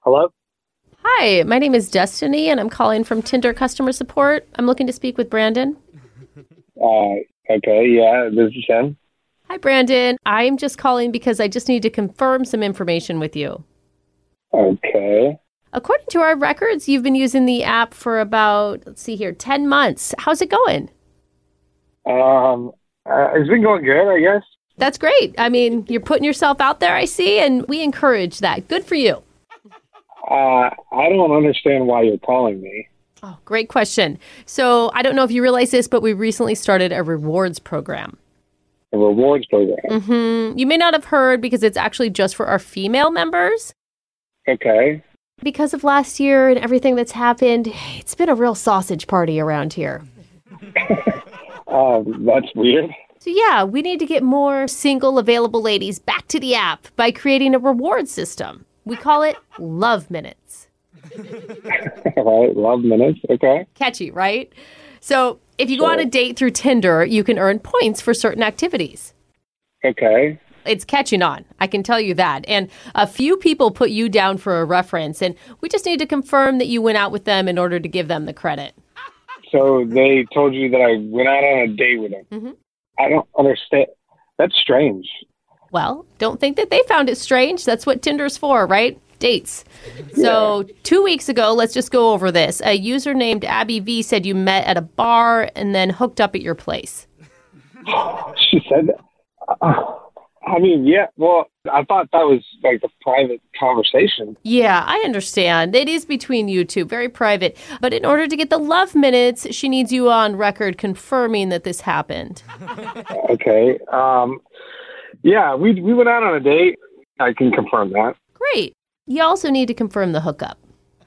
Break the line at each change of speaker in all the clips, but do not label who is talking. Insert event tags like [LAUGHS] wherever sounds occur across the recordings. Hello?
Hi, my name is Destiny, and I'm calling from Tinder customer support. I'm looking to speak with Brandon.
Uh, okay, yeah, this is him.
Hi, Brandon. I'm just calling because I just need to confirm some information with you.
Okay.
According to our records, you've been using the app for about, let's see here, 10 months. How's it going?
Um, uh, it's been going good, I guess.
That's great. I mean, you're putting yourself out there, I see, and we encourage that. Good for you.
Uh, I don't understand why you're calling me.
Oh, great question. So, I don't know if you realize this, but we recently started a rewards program.
A rewards program.
Hmm, You may not have heard because it's actually just for our female members.
Okay.
Because of last year and everything that's happened, it's been a real sausage party around here.
Um, that's weird. [LAUGHS]
So, yeah, we need to get more single available ladies back to the app by creating a reward system. We call it Love Minutes.
All right, love minutes. Okay.
Catchy, right? So, if you go on a date through Tinder, you can earn points for certain activities.
Okay.
It's catching on. I can tell you that. And a few people put you down for a reference, and we just need to confirm that you went out with them in order to give them the credit.
So they told you that I went out on a date with him. I don't understand. That's strange. [LAUGHS]
Well, don't think that they found it strange. That's what Tinder's for, right? Dates. So, two weeks ago, let's just go over this. A user named Abby V said you met at a bar and then hooked up at your place.
She said that. uh, I mean, yeah, well, I thought that was like a private conversation.
Yeah, I understand. It is between you two, very private. But in order to get the love minutes, she needs you on record confirming that this happened.
Okay. Um, yeah, we, we went out on a date. I can confirm that.
Great. You also need to confirm the hookup.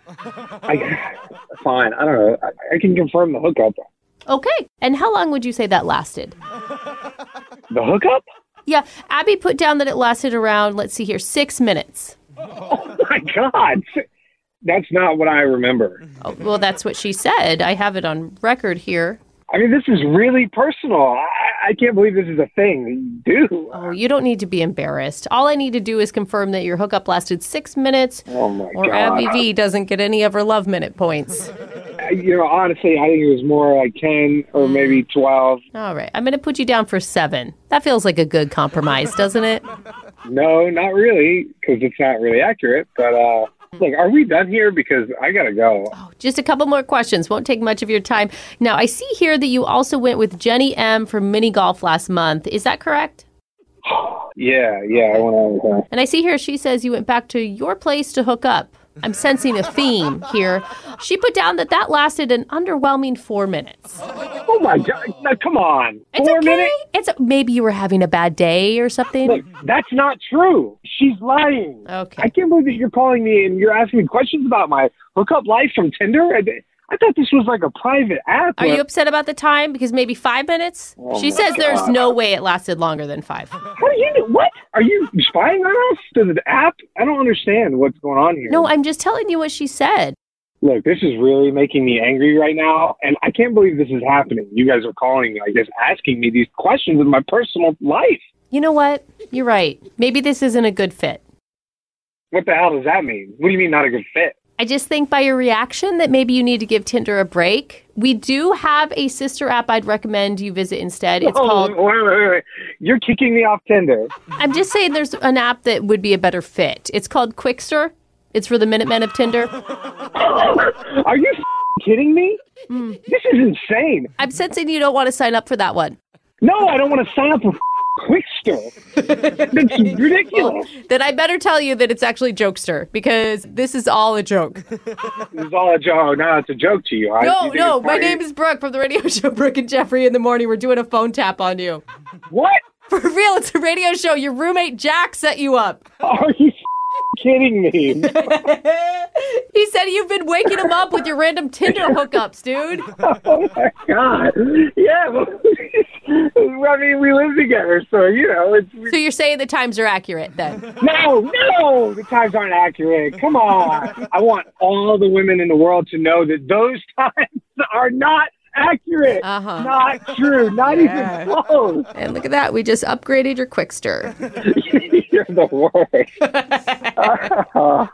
I, [LAUGHS] fine. I don't know. I, I can confirm the hookup.
Okay. And how long would you say that lasted?
The hookup? [LAUGHS]
Yeah, Abby put down that it lasted around, let's see here, six minutes.
My God. That's not what I remember.
Oh, well, that's what she said. I have it on record here.
I mean, this is really personal. I, I can't believe this is a thing that you do.
Oh, you don't need to be embarrassed. All I need to do is confirm that your hookup lasted six minutes,
Oh, my
or
God.
Abby V doesn't get any of her love minute points.
I- You know, honestly, I think it was more like 10 or maybe 12.
All right, I'm going to put you down for seven. That feels like a good compromise, doesn't it?
No, not really, because it's not really accurate. But, uh, look, are we done here? Because I got to go.
Oh, Just a couple more questions. Won't take much of your time. Now, I see here that you also went with Jenny M for mini golf last month. Is that correct?
Yeah, yeah, I want to.
And I see here she says you went back to your place to hook up. I'm sensing a theme here. She put down that that lasted an underwhelming four minutes.
Oh, my God. Now, come on.
It's
Four
okay.
minutes?
It's maybe you were having a bad day or something.
Look, that's not true. She's lying.
Okay.
I can't believe that you're calling me and you're asking me questions about my hookup life from Tinder. I, I thought this was like a private app.
Are you upset about the time? Because maybe five minutes?
Oh
she says there's no way it lasted longer than five.
How do you do? What? Are you spying on us? To the app? I don't understand what's going on here.
No, I'm just telling you what she said.
Look, this is really making me angry right now, and I can't believe this is happening. You guys are calling me, I guess, asking me these questions in my personal life.
You know what? You're right. Maybe this isn't a good fit.
What the hell does that mean? What do you mean not a good fit?
I just think by your reaction that maybe you need to give Tinder a break. We do have a sister app I'd recommend you visit instead. It's
oh,
called
wait, wait, wait, wait. You're kicking me off [LAUGHS] Tinder.
I'm just saying there's an app that would be a better fit. It's called Quickster. It's for the Minutemen of Tinder.
Are you f- kidding me? This is insane.
I'm sensing you don't want to sign up for that one.
No, I don't want to sign up for f- Quickster. [LAUGHS] That's ridiculous.
Then I better tell you that it's actually Jokester because this is all a
[LAUGHS]
joke.
This is all a joke. No, it's a joke to you. I, you
No,
think
no,
it's
my
funny.
name is Brooke from the radio [LAUGHS] show Brooke and Jeffrey in the morning. We're doing a phone tap on you.
What?
For real, it's a radio show. Your roommate Jack set you up.
Are you f- kidding [LAUGHS] me?
He said you've been waking him up with your random Tinder hookups, dude.
oh my god. Yeah. Well, [LAUGHS] I mean, we live together, so you know. It's,
So you're saying the times are accurate then.
no, no, the times aren't accurate. Come on. I want all the women in the world to know that those [LAUGHS] times are not accurate.
Uh-huh.
Not true. Not even close. [LAUGHS]
And look at that, we just upgraded your Quickster.
You're the worst. [LAUGHS] Ah.